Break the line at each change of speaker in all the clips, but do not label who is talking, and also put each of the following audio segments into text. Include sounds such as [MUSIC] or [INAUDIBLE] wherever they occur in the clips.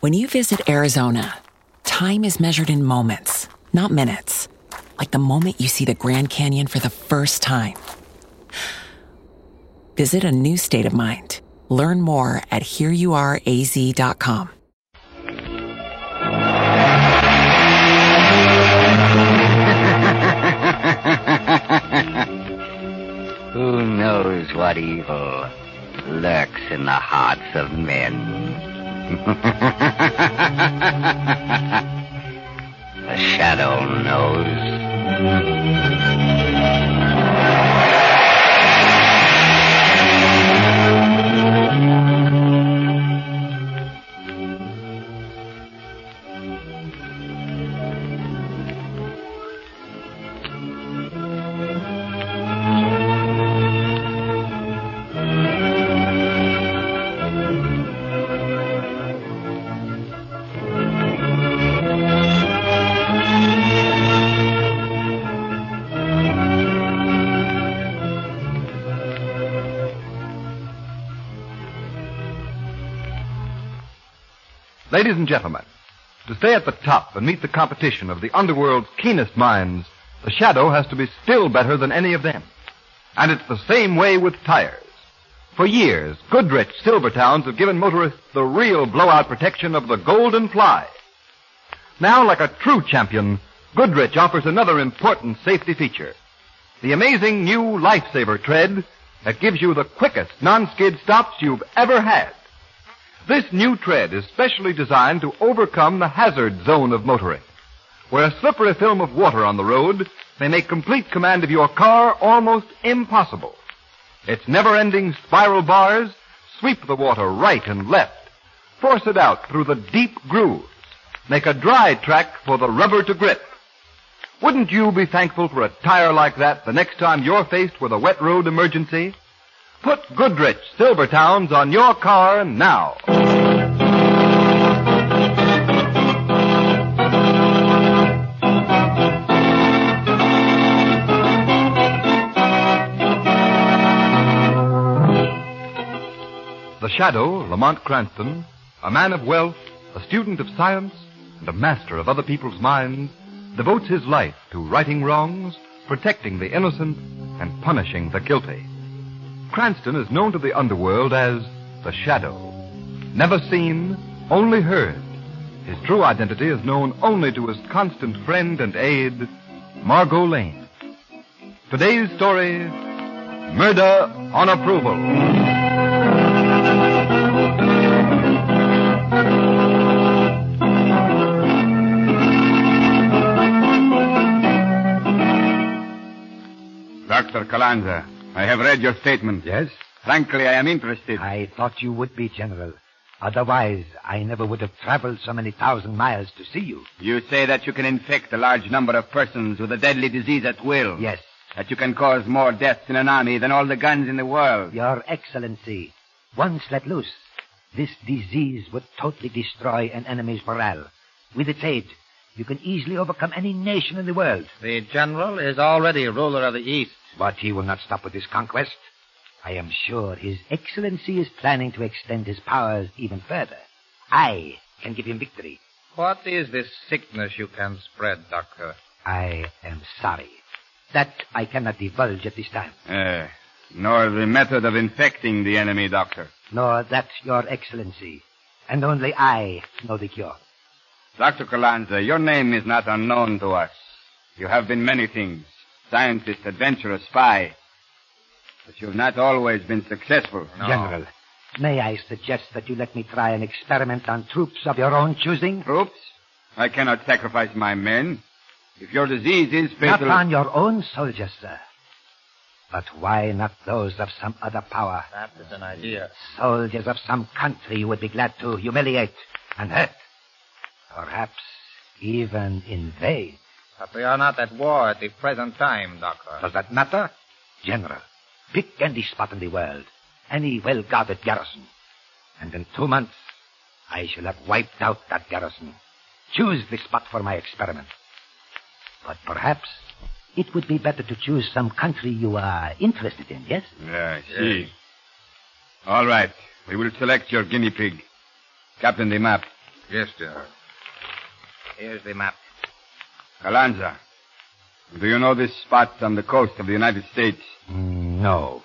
When you visit Arizona, time is measured in moments, not minutes. Like the moment you see the Grand Canyon for the first time. Visit a new state of mind. Learn more at hereyouareaz.com.
Who knows what evil lurks in the hearts of men? [LAUGHS] the shadow knows.
Ladies and gentlemen, to stay at the top and meet the competition of the underworld's keenest minds, the shadow has to be still better than any of them. And it's the same way with tires. For years, Goodrich Silvertowns have given motorists the real blowout protection of the Golden Fly. Now, like a true champion, Goodrich offers another important safety feature. The amazing new Lifesaver tread that gives you the quickest non-skid stops you've ever had. This new tread is specially designed to overcome the hazard zone of motoring, where a slippery film of water on the road may make complete command of your car almost impossible. Its never-ending spiral bars sweep the water right and left, force it out through the deep grooves, make a dry track for the rubber to grip. Wouldn't you be thankful for a tire like that the next time you're faced with a wet road emergency? Put Goodrich Silvertowns on your car now. The Shadow, Lamont Cranston, a man of wealth, a student of science, and a master of other people's minds, devotes his life to righting wrongs, protecting the innocent, and punishing the guilty. Cranston is known to the underworld as the Shadow. Never seen, only heard. His true identity is known only to his constant friend and aide, Margot Lane. Today's story Murder on Approval.
Dr. Kalanza, I have read your statement.
Yes?
Frankly, I am interested.
I thought you would be, General. Otherwise, I never would have traveled so many thousand miles to see you.
You say that you can infect a large number of persons with a deadly disease at will.
Yes,
That you can cause more deaths in an army than all the guns in the world.
Your Excellency. Once let loose, this disease would totally destroy an enemy's morale. With its aid, you can easily overcome any nation in the world.
The general is already ruler of the East.
But he will not stop with his conquest. I am sure His Excellency is planning to extend his powers even further. I can give him victory.
What is this sickness you can spread, Doctor?
I am sorry. That I cannot divulge at this time.
Eh, nor the method of infecting the enemy, Doctor.
Nor that, Your Excellency. And only I know the cure.
Dr. Kalanza, your name is not unknown to us. You have been many things scientist, adventurer, spy. But you've not always been successful.
General, may I suggest that you let me try an experiment on troops of your own choosing?
Troops? I cannot sacrifice my men. If your disease is
Not
fatal.
on your own soldiers, sir. But why not those of some other power?
That is an idea.
Soldiers of some country you would be glad to humiliate and hurt. Perhaps even invade.
But we are not at war at the present time, Doctor.
Does that matter? General, pick any spot in the world, any well guarded garrison. And in two months, I shall have wiped out that garrison. Choose the spot for my experiment. But perhaps it would be better to choose some country you are interested in, yes?
Yeah, I see. All right. We will select your guinea pig. Captain the map.
Yes, General. Here's the map.
Kalanza, do you know this spot on the coast of the United States?
Mm, No.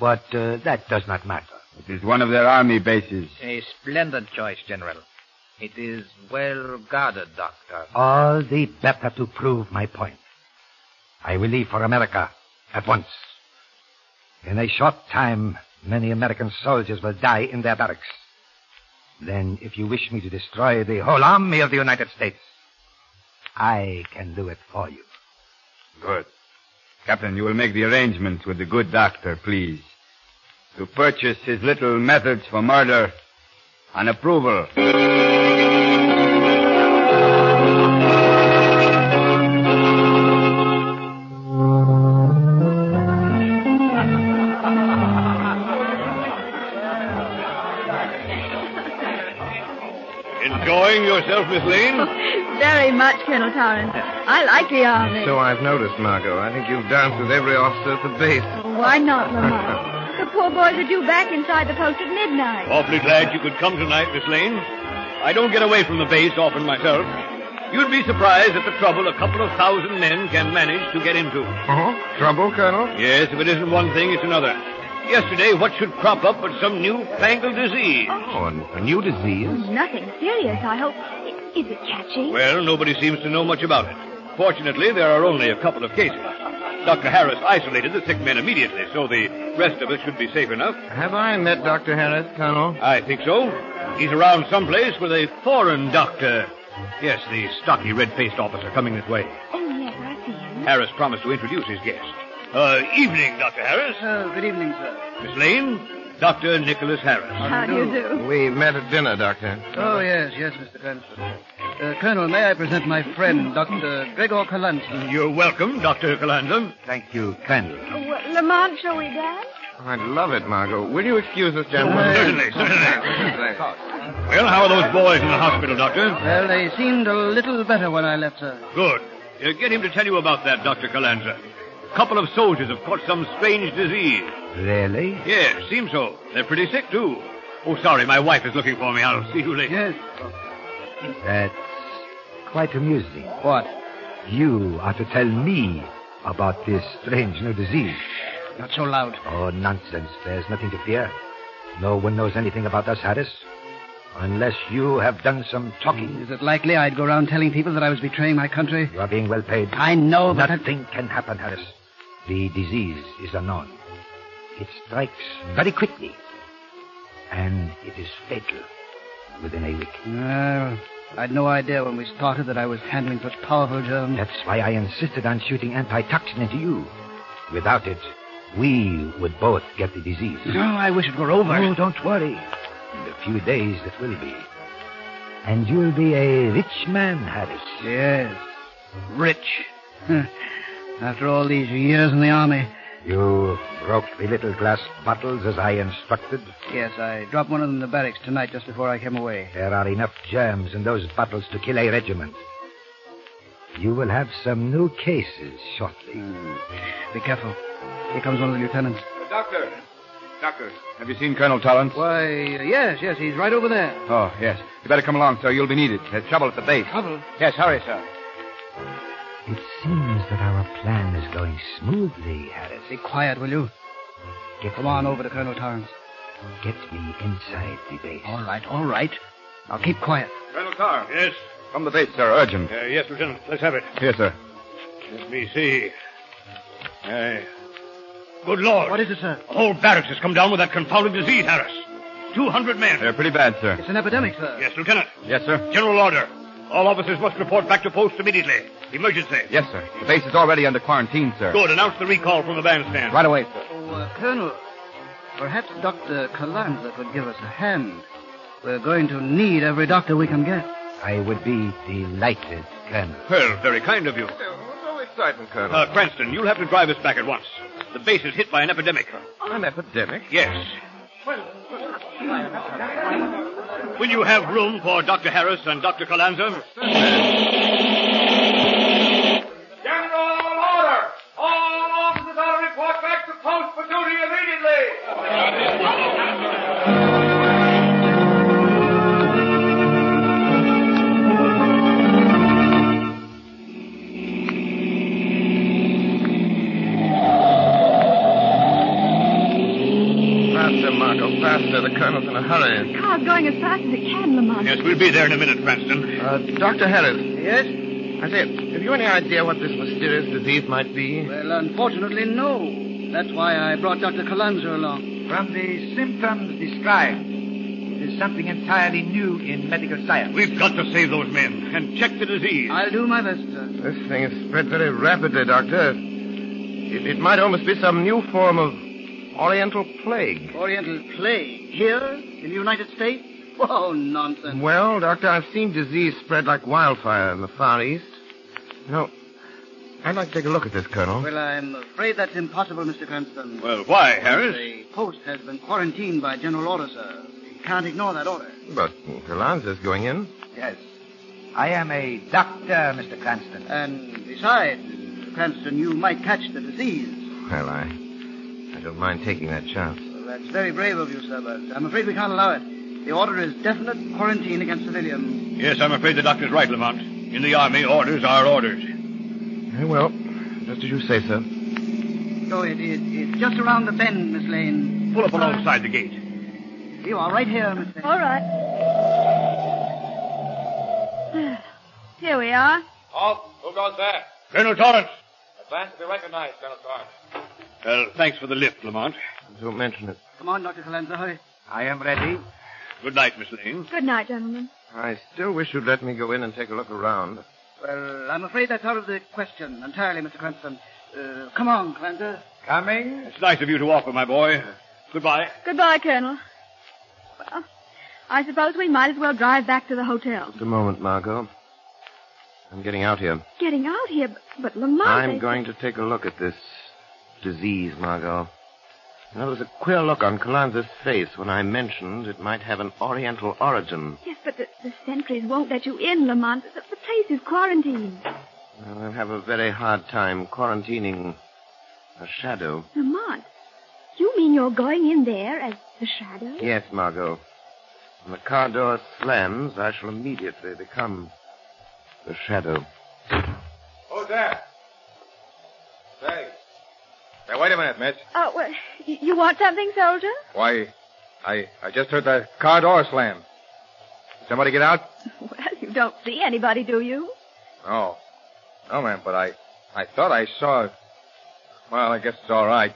But uh, that does not matter.
It is one of their army bases.
A splendid choice, General. It is well guarded, Doctor.
All the better to prove my point. I will leave for America at once. In a short time, many American soldiers will die in their barracks. Then, if you wish me to destroy the whole army of the United States, I can do it for you.
Good. Captain, you will make the arrangements with the good doctor, please. To purchase his little methods for murder on approval.
Enjoying yourself, Miss Lane?
Very much, Colonel Torrance. I like the army.
So I've noticed, Margot. I think you've danced with every officer at the base.
Why not, Lamont? the poor boys are due back inside the post at midnight.
Awfully glad you could come tonight, Miss Lane. I don't get away from the base often myself. You'd be surprised at the trouble a couple of thousand men can manage to get into.
Uh-huh. Trouble, Colonel?
Yes, if it isn't one thing, it's another. Yesterday, what should crop up but some new fangled disease?
Oh, a, a new disease?
Nothing serious, I hope. I- Is it catchy?
Well, nobody seems to know much about it. Fortunately, there are only a couple of cases. Dr. Harris isolated the sick men immediately, so the rest of us should be safe enough.
Have I met Dr. Harris, Colonel?
I think so. He's around someplace with a foreign doctor. Yes, the stocky, red-faced officer coming this way.
Oh, yes, I see him.
Harris promised to introduce his guest. Uh, evening, Dr. Harris.
good evening, sir.
Miss Lane, Dr. Nicholas Harris.
How do you do?
We met at dinner, Doctor.
Oh, yes, yes, Mr. Cranston. Uh, Colonel, may I present my friend, Dr. Gregor Kalanson?
You're welcome, Dr. Calandra.
Thank you kindly.
Well, Lamont, shall we dance?
I'd love it, Margot. Will you excuse us,
Certainly, certainly.
[LAUGHS]
Well, how are those boys in the hospital, Doctor?
Well, they seemed a little better when I left, sir.
Good. Uh, get him to tell you about that, Dr. Calandra. A couple of soldiers have caught some strange disease.
Really?
Yes, seems so. They're pretty sick, too. Oh, sorry, my wife is looking for me. I'll see you later.
Yes.
That's quite amusing.
What?
You are to tell me about this strange new disease.
Not so loud.
Oh, nonsense. There's nothing to fear. No one knows anything about us, Harris. Unless you have done some talking.
Is it likely I'd go around telling people that I was betraying my country?
You are being well paid.
I know, but I-
Nothing can happen, Harris. The disease is unknown. It strikes very quickly. And it is fatal within a week.
Well, I'd no idea when we started that I was handling such powerful germs.
That's why I insisted on shooting antitoxin into you. Without it, we would both get the disease.
No, I wish it were over.
Oh, don't worry. In a few days it will be. And you'll be a rich man, Harris.
Yes. Rich. Huh. After all these years in the army.
You broke the little glass bottles as I instructed.
Yes, I dropped one of them in the barracks tonight just before I came away.
There are enough germs in those bottles to kill a regiment. You will have some new cases shortly.
Be careful. Here comes one of the lieutenants.
Doctor! Doctor, have you seen Colonel Torrance?
Why, uh, yes, yes, he's right over there.
Oh, yes. You better come along, sir. You'll be needed. There's trouble at the base.
Trouble?
Yes, hurry, sir.
It seems that our plan is going smoothly, Harris.
Be quiet, will you?
Get
Come on over to Colonel Torrance.
Get me inside the base.
All right, all right. Now keep quiet.
Colonel Carr.
Yes,
From the base, sir. Urgent.
Uh, yes, Lieutenant. Let's have it.
Here, sir.
Let me see. Uh, good Lord.
What is it, sir?
The whole barracks has come down with that confounded disease, Harris. 200 men.
They're pretty bad, sir.
It's an epidemic, sir.
Yes, Lieutenant.
Yes, sir.
General order. All officers must report back to post immediately. Emergency.
Yes, sir. The base is already under quarantine, sir.
Good. Announce the recall from the bandstand.
Right away, sir.
Oh, uh, Colonel, perhaps Dr. Kalanza could give us a hand. We're going to need every doctor we can get.
I would be delighted, Colonel.
Well, very kind of you.
No excitement, Colonel.
Uh, Cranston, you'll have to drive us back at once. The base is hit by an epidemic.
An epidemic?
Yes. Will you have room for Dr. Harris and Dr. Colanza?
hurry.
Car's going as fast as it can, Lamont.
Yes, we'll be there in a minute, Cranston.
Uh, Dr. Harris,
Yes?
I say, have you any idea what this mysterious disease might be?
Well, unfortunately, no. That's why I brought Dr. Colanzo along.
From the symptoms described, it is something entirely new in medical science.
We've got to save those men and check the disease.
I'll do my best, sir.
This thing has spread very rapidly, Doctor. It, it might almost be some new form of Oriental plague.
Oriental plague here in the United States? Oh, nonsense.
Well, Doctor, I've seen disease spread like wildfire in the Far East. No, I'd like to take a look at this, Colonel.
Well, I'm afraid that's impossible, Mr. Cranston.
Well, why, Harris?
The post has been quarantined by general order, sir. You can't ignore that order.
But Galanza's going in.
Yes. I am a doctor, Mr. Cranston.
And besides, Mr. Cranston, you might catch the disease.
Well, I, I don't mind taking that chance.
Well, that's very brave of you, sir, but I'm afraid we can't allow it. The order is definite quarantine against civilians.
Yes, I'm afraid the doctor's right, Lamont. In the Army, orders are orders.
Very Eh, well. Just as you say, sir.
So it, it, it's just around the bend, Miss Lane.
Pull up alongside the gate.
You are right here, Miss Lane.
All right. [SIGHS] Here we are.
Halt! Who goes there?
Colonel Torrance.
Advance to be recognized, Colonel Torrance.
Well, thanks for the lift, Lamont.
Don't mention it.
Come on, Dr. Colanzo, hurry.
I am ready.
Good night, Miss Lane.
Good night, gentlemen.
I still wish you'd let me go in and take a look around.
Well, I'm afraid that's out of the question entirely, Mr. Cranston. Uh, come on, Colanzo.
Coming?
It's nice of you to offer, my boy. Goodbye.
Goodbye, Colonel. Well, I suppose we might as well drive back to the hotel.
Just a moment, Margot. I'm getting out here.
Getting out here, but, but Lamont.
I'm
they-
going to take a look at this disease, Margot. There was a queer look on Colanza's face when I mentioned it might have an Oriental origin.
Yes, but the, the sentries won't let you in, Lamont. The, the place is quarantined.
Well, They'll have a very hard time quarantining a shadow.
Lamont, you mean you're going in there as the shadow?
Yes, Margot. When the car door slams, I shall immediately become the shadow.
Who's there? Say. Say, wait a minute, miss.
Oh, well, y- you want something, soldier?
Why, I, I just heard the car door slam. Did somebody get out?
Well, you don't see anybody, do you?
No. Oh. No, ma'am, but I, I thought I saw. Well, I guess it's all right.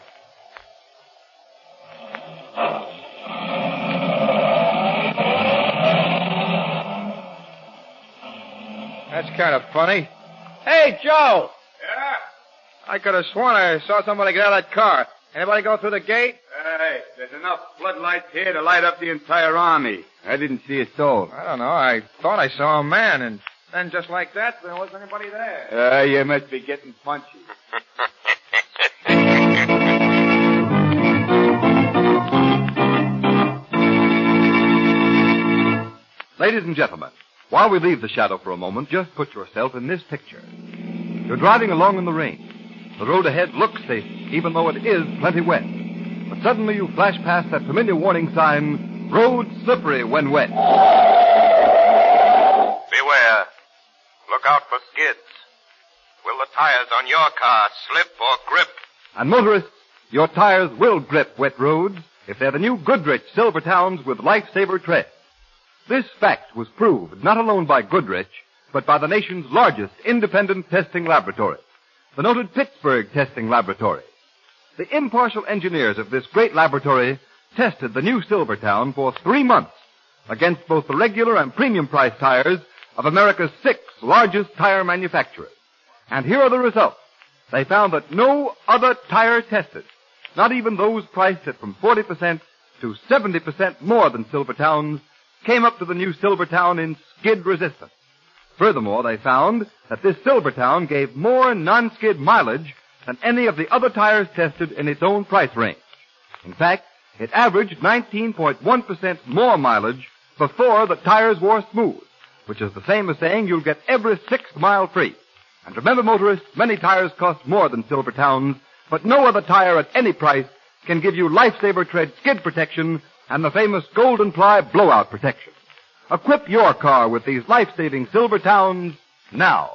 That's kind of funny. Hey, Joe!
Yeah?
I could have sworn I saw somebody get out of that car. Anybody go through the gate?
Hey, there's enough floodlights here to light up the entire army. I didn't see a soul.
I don't know. I thought I saw a man, and then just like that, there wasn't anybody there.
Uh, you must be getting punchy.
Ladies and gentlemen, while we leave the shadow for a moment, just put yourself in this picture. You're driving along in the rain. The road ahead looks safe, even though it is plenty wet. But suddenly you flash past that familiar warning sign, road slippery when wet.
Beware. Look out for skids. Will the tires on your car slip or grip?
And motorists, your tires will grip wet roads if they're the new Goodrich Silver Towns with lifesaver tread. This fact was proved not alone by Goodrich, but by the nation's largest independent testing laboratory, the noted Pittsburgh Testing Laboratory. The impartial engineers of this great laboratory tested the new Silver Town for three months against both the regular and premium price tires of America's six largest tire manufacturers. And here are the results they found that no other tire tested, not even those priced at from 40% to 70% more than Silvertown's, came up to the new Silvertown in skid resistance. Furthermore, they found that this Silvertown gave more non-skid mileage than any of the other tires tested in its own price range. In fact, it averaged 19.1% more mileage before the tires wore smooth, which is the same as saying you'll get every sixth mile free. And remember, motorists, many tires cost more than Silver Towns, but no other tire at any price can give you Lifesaver Tread skid protection and the famous Golden Ply blowout protection. Equip your car with these life-saving Silver Towns [LAUGHS] now.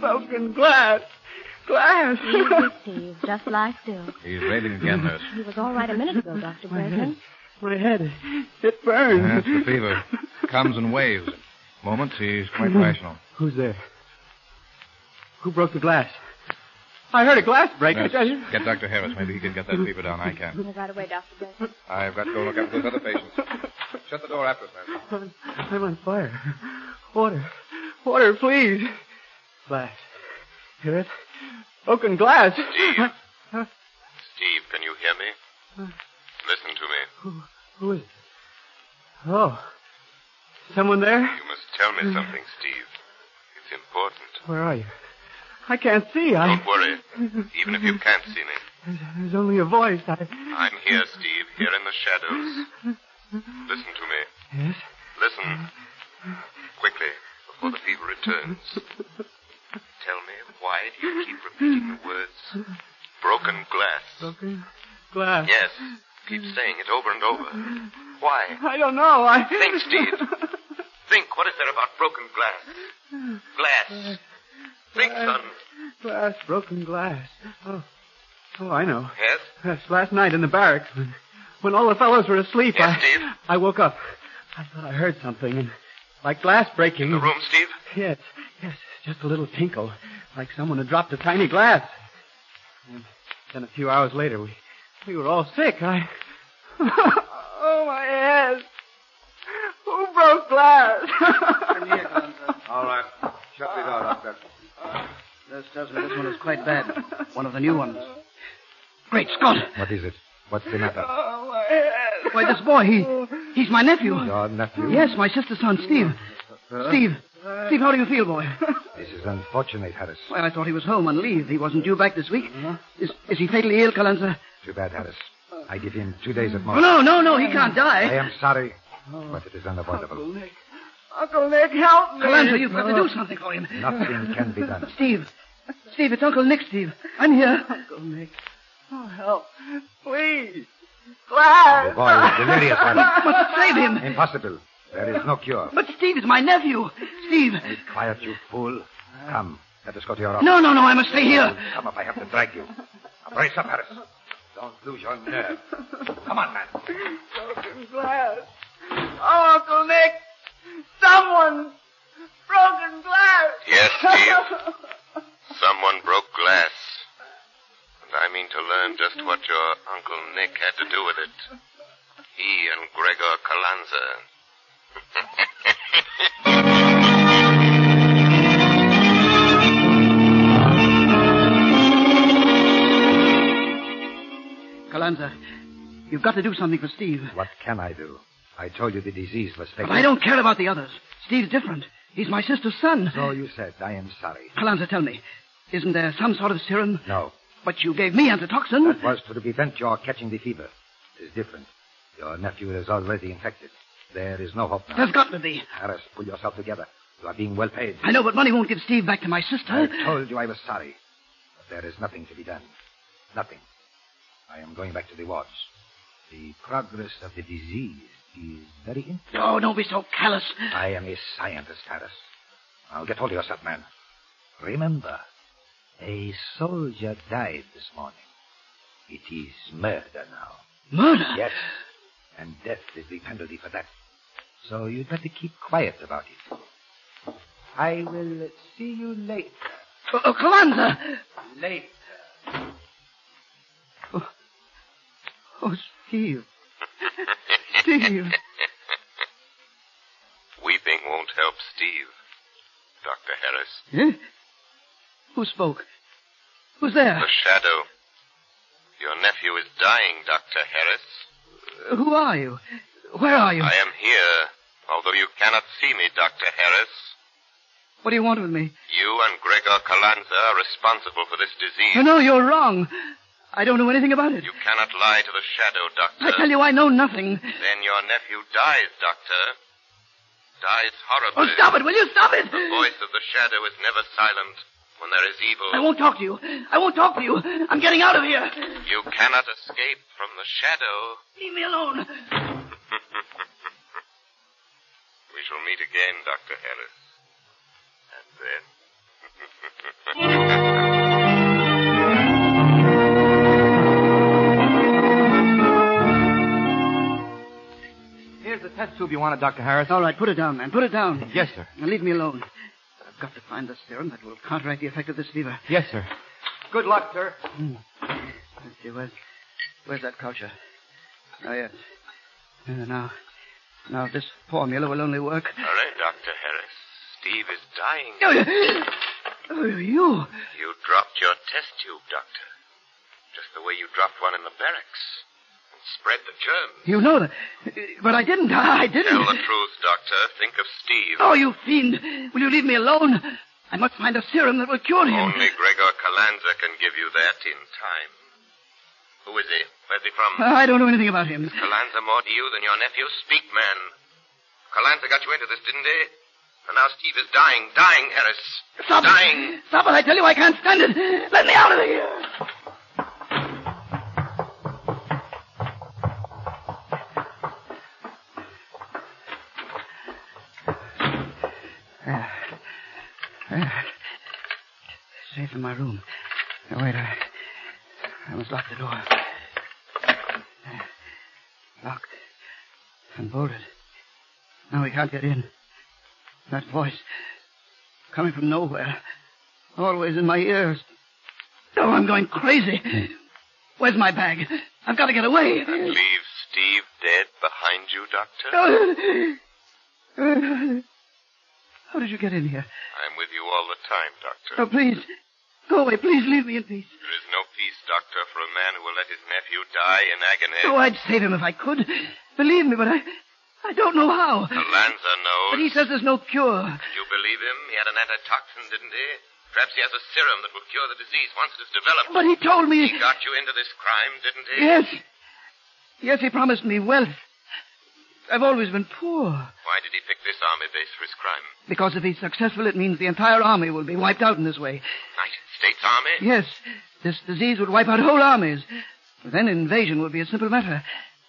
broken glass. Glass.
Easy, Steve. Just lie still.
He's ready again, nurse.
He was all right a minute ago, Dr.
My head.
Bresnan.
My head. It burns.
That's the fever. Comes in waves. Moments, he's quite rational.
Who's there? Who broke the glass? I heard a glass break. I
Nurse,
tell you.
Get Dr. Harris. Maybe he can get that fever down. I can't.
Right away, Dr. Bresnan.
I've got to go look after those other patients. Shut the door after us, nurse.
I'm, I'm on fire. Water. Water, please. Glass. Hear it? Broken glass.
Steve. Steve, can you hear me? Listen to me.
Who, who is it? Oh. Someone there?
You must tell
Mm.
me something, Steve. It's important.
Where are you? I can't see. I...
[LAUGHS]
Don't worry, even if you can't see me.
There's, there's only a voice. I...
I'm here, Steve, here in the shadows. Listen to me.
Yes?
Listen. Quickly, before the fever returns. Tell me, why do you keep repeating the words broken glass?
Broken glass.
Yes, keep saying it over and over. Why?
I don't know. I...
Think, Steve. Think, what is there about broken glass? Glass. Think, son.
Glass, broken glass. Oh, oh, I know.
Yes?
Yes, last night in the barracks when, when all the fellows were asleep.
Yes,
I,
Steve?
I woke up. I thought I heard something, and like glass breaking. In the
room, Steve?
Yes, yes, just a little tinkle, like someone had dropped a tiny glass. And then a few hours later, we we were all sick. I oh, my head. Who broke glass?
All right. Shut the door, Doctor.
This tells me this one is quite bad. One of the new ones. Great Scott!
What is it? What's the matter?
Oh,
Why, this boy, he, he's my nephew.
Your nephew? Uh,
Yes, my sister's son, Steve. Steve. Steve, how do you feel, boy?
This is unfortunate, Harris.
Why, I thought he was home on leave. He wasn't due back this week.
Uh-huh.
Is, is he fatally ill, Colenza?
Too bad, Harris. I give him two days at
Oh,
most.
no, no, no, he can't
I
die.
am sorry, but it is unavoidable.
Uncle Nick, help
me. Colenza, you've got to do something for him.
Nothing can be [LAUGHS] done.
Steve. Steve, it's Uncle Nick, Steve. I'm here.
Uncle Nick. Oh, help. Please. Glass.
The boy is delirious, Harris.
We must save him.
Impossible. There is no cure.
But Steve is my nephew. Steve.
Quiet, you fool. Come, let us go to your office.
No, no, no, I must stay here.
Come up, I have to drag you. Now brace up, Harris. Don't lose your nerve. Come on, man.
Broken glass. Oh, Uncle Nick. Someone. Broken glass.
Yes, Steve. Someone broke glass. And I mean to learn just what your Uncle Nick had to do with it. He and Gregor Kalanza.
Colenza, you've got to do something for Steve.
What can I do? I told you the disease was fatal.
But I don't care about the others. Steve's different. He's my sister's son.
So you said. I am sorry.
Colanza, tell me, isn't there some sort of serum?
No.
But you gave me antitoxin.
That was to prevent your catching the fever. It is different. Your nephew is already infected. There is no hope now.
There's got to be.
Harris, pull yourself together. You are being well paid.
I know, but money won't give Steve back to my
I
sister.
told you I was sorry. But there is nothing to be done. Nothing. I am going back to the wards. The progress of the disease is very interesting.
Oh, don't be so callous.
I am a scientist, Harris. Now get hold of yourself, man. Remember, a soldier died this morning. It is murder now.
Murder?
Yes. And death is the penalty for that. So you'd better keep quiet about it. I will see you later.
Oh, oh, Colanza!
Later.
Oh, Steve. Steve.
Weeping won't help Steve. Dr. Harris.
Huh? Eh? Who spoke? Who's there?
The shadow. Your nephew is dying, Dr. Harris.
Who are you? Where are you?
I am here, although you cannot see me, Dr. Harris.
What do you want with me?
You and Gregor Kalanza are responsible for this disease.
No, no, you're wrong. I don't know anything about it.
You cannot lie to the shadow, Doctor.
I tell you, I know nothing.
Then your nephew dies, Doctor. Dies horribly.
Oh, stop it, will you? Stop it!
The voice of the shadow is never silent when there is evil.
I won't talk to you. I won't talk to you. I'm getting out of here.
You cannot escape from the shadow.
Leave
[LAUGHS]
me alone.
we shall meet again, Dr. Harris. And then.
on it, Dr. Harris.
All right, put it down, man. Put it down.
Yes, sir.
Now leave me alone. I've got to find the serum that will counteract the effect of this fever.
Yes, sir.
Good luck, sir. Let's see, where's, where's that culture? Oh, yes. Uh, now, now, if this formula will only work.
Hurry, Dr. Harris. Steve is dying.
Oh, you.
You dropped your test tube, Doctor. Just the way you dropped one in the barracks. And spread the germ.
You know that. But I didn't. Ah, I didn't.
Tell the truth, Doctor. Think of Steve.
Oh, you fiend. Will you leave me alone? I must find a serum that will cure him.
Only Gregor Kalanza can give you that in time. Who is he? Where's he from?
[LAUGHS] I don't know anything about him.
Is Kalanza more to you than your nephew? Speak, man. Kalanza got you into this, didn't he? And now Steve is dying, dying, Harris.
Stop
dying.
it. Stop it. I tell you, I can't stand it. Let me out of here. There. There. Uh, Safe in my room. Now, wait, I, I must lock the door. There. Locked and bolted. Now we can't get in. That voice coming from nowhere, always in my ears. Oh, I'm going crazy. Where's my bag? I've got to get away.
And leave Steve dead behind you, Doctor?
How did you get in here?
I'm with you all the time, Doctor.
Oh, please. Go away. Please leave me in peace.
There is no peace, Doctor, for a man who will let his nephew die in agony.
Oh, I'd save him if I could. Believe me, but I, I don't know how.
Alanza knows.
But he says there's no cure.
Do you believe him? He had an antitoxin, didn't he? Perhaps he has a serum that will cure the disease once it is developed.
But he told me-
He got you into this crime, didn't he?
Yes. Yes, he promised me wealth. I've always been poor.
Why did he pick this army base for his crime?
Because if he's successful, it means the entire army will be wiped out in this way.
United States Army?
Yes, this disease would wipe out whole armies. Then invasion would be a simple matter.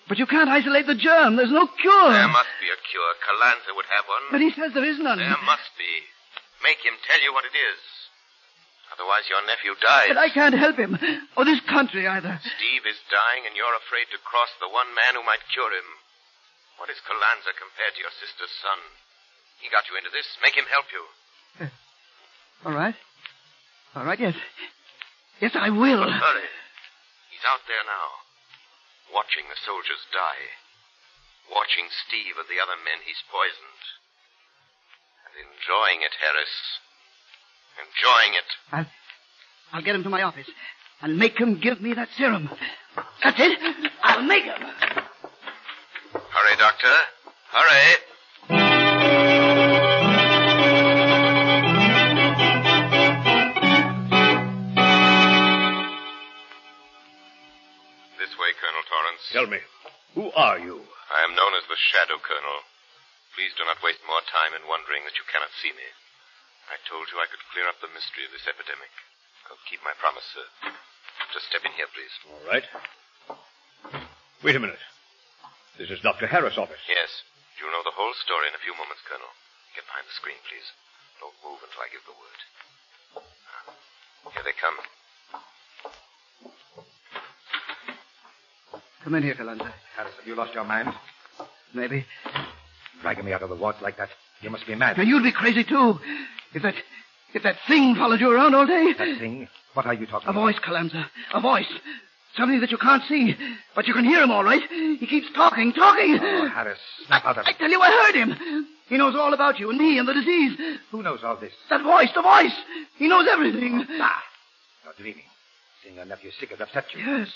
But you can't isolate the germ. There's no cure.
There must be a cure. Kalanza would have one.
But he says there is none.
There must be. Make him tell you what it is. Otherwise, your nephew dies.
But I can't help him, or this country either.
Steve is dying, and you're afraid to cross the one man who might cure him. What is Kalanza compared to your sister's son? He got you into this. Make him help you.
All right. All right, yes. Yes, I will.
Hurry. He's out there now, watching the soldiers die, watching Steve and the other men he's poisoned, and enjoying it, Harris. Enjoying it.
I'll, I'll get him to my office and make him give me that serum. That's it. I'll make him.
Hurry, Doctor. Hurry. This way, Colonel Torrance.
Tell me, who are you?
I am known as the Shadow Colonel. Please do not waste more time in wondering that you cannot see me. I told you I could clear up the mystery of this epidemic. I'll keep my promise, sir. Just step in here, please.
All right. Wait a minute. This is Dr. Harris' office.
Yes. You'll know the whole story in a few moments, Colonel. Get behind the screen, please. Don't move until I give the word. Here they come.
Come in here, Kalanza.
Harris, have you lost your mind?
Maybe.
Dragging me out of the ward like that. You must be mad.
Now, you'd be crazy, too. If that, if that thing followed you around all day.
That thing? What are you talking
A
about?
voice, Kalanza. A voice. Something that you can't see, but you can hear him all right. He keeps talking, talking.
Oh, Harris, snap out of
I
it.
tell you, I heard him. He knows all about you and me and the disease.
Who knows all this?
That voice, the voice. He knows everything.
Ah, you're dreaming. Seeing your nephew sick has upset you.
Yes.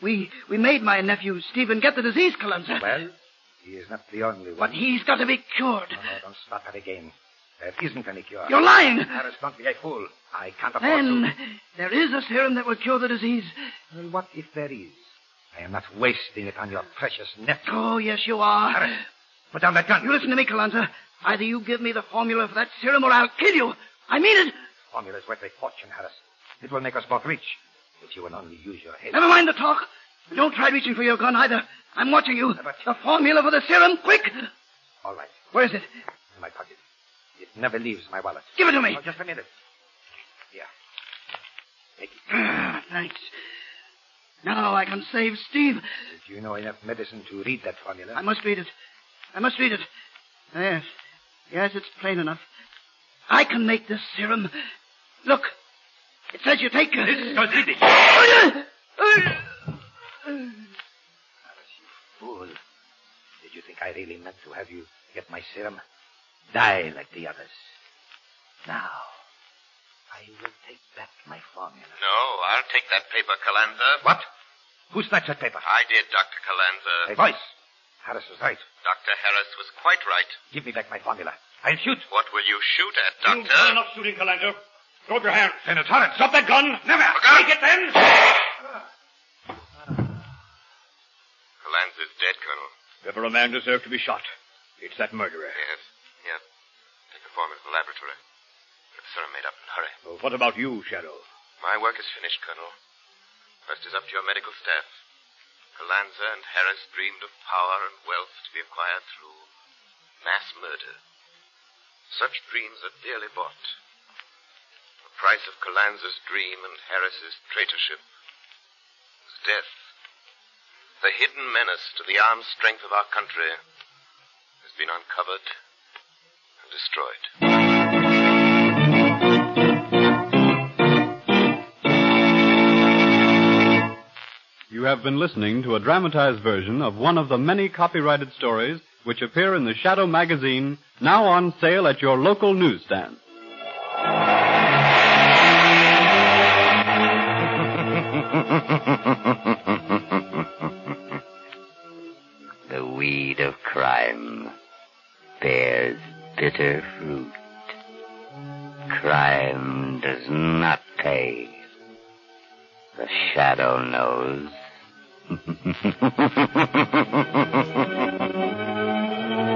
We we made my nephew Stephen get the disease, Kalanza.
Well, he is not the only one.
But he's got to be cured.
No, no, don't start that again. There isn't any cure.
You're lying.
Harris, don't be a fool. I can't afford
Then there is a serum that will cure the disease.
to. Well, what if there is? I am not wasting it on your precious nephew.
Oh, yes, you are.
Harris, put down that gun.
You listen to me, Kalanza. Either you give me the formula for that serum or I'll kill you. I mean it.
formula is worth a fortune, Harris. It will make us both rich. If you will only use your head.
Never mind the talk. Don't try reaching for your gun either. I'm watching you. The formula for the serum, quick.
All right.
Where is it?
In my pocket. It never leaves my wallet.
Give it to me.
Oh, just a minute. Here. Take it.
Ah, Thanks. Now I can save Steve.
If you know enough medicine to read that formula.
I must read it. I must read it. Yes. Yes, it's plain enough. I can make this serum. Look. It says you take... This is
Fool. Did you think I really meant to have you get my serum? Die like the others. Now, I will take back my formula.
No, I'll take that paper, Calanza.
What? Who snatched that paper?
I did, Dr. Calanza.
Hey, voice. Harris was right.
Dr. Harris was quite right.
Give me back my formula. I'll shoot.
What will you shoot at,
You are
Doctor?
not shooting, Calando. Throw up your hands.
Senator Torrance.
Drop that gun. Never. Take it then.
Calanza's dead, Colonel.
If ever a man deserved to be shot, it's that murderer.
Yes, yes. Take the formula to the laboratory. Get the serum made up and hurry.
Well, What about you, Shadow?
My work is finished, Colonel. Rest is up to your medical staff. Colanza and Harris dreamed of power and wealth to be acquired through mass murder. Such dreams are dearly bought. The price of Colanza's dream and Harris's traitorship is death. The hidden menace to the armed strength of our country has been uncovered and destroyed.
You have been listening to a dramatized version of one of the many copyrighted stories which appear in the Shadow magazine, now on sale at your local newsstand.
The weed of crime bears bitter fruit. Crime does not pay. The shadow knows. [LAUGHS]